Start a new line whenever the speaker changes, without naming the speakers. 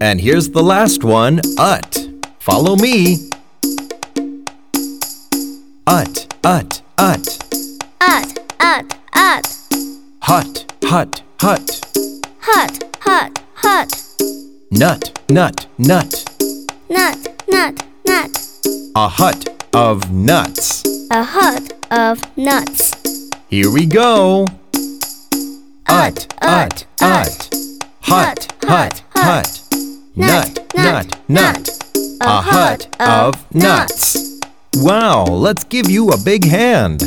And here's the last one, ut. Follow me. Ut, ut, ut.
Ut, ut, ut.
Hut, hut, hut.
Hut, hut, hut.
Nut, nut, nut.
Nut, nut, nut.
A hut of nuts.
A hut of nuts.
Here we go.
Ut, ut, ut.
Hut, hut, hut. Nut, nut, nut. A hut of nuts. Wow, let's give you a big hand.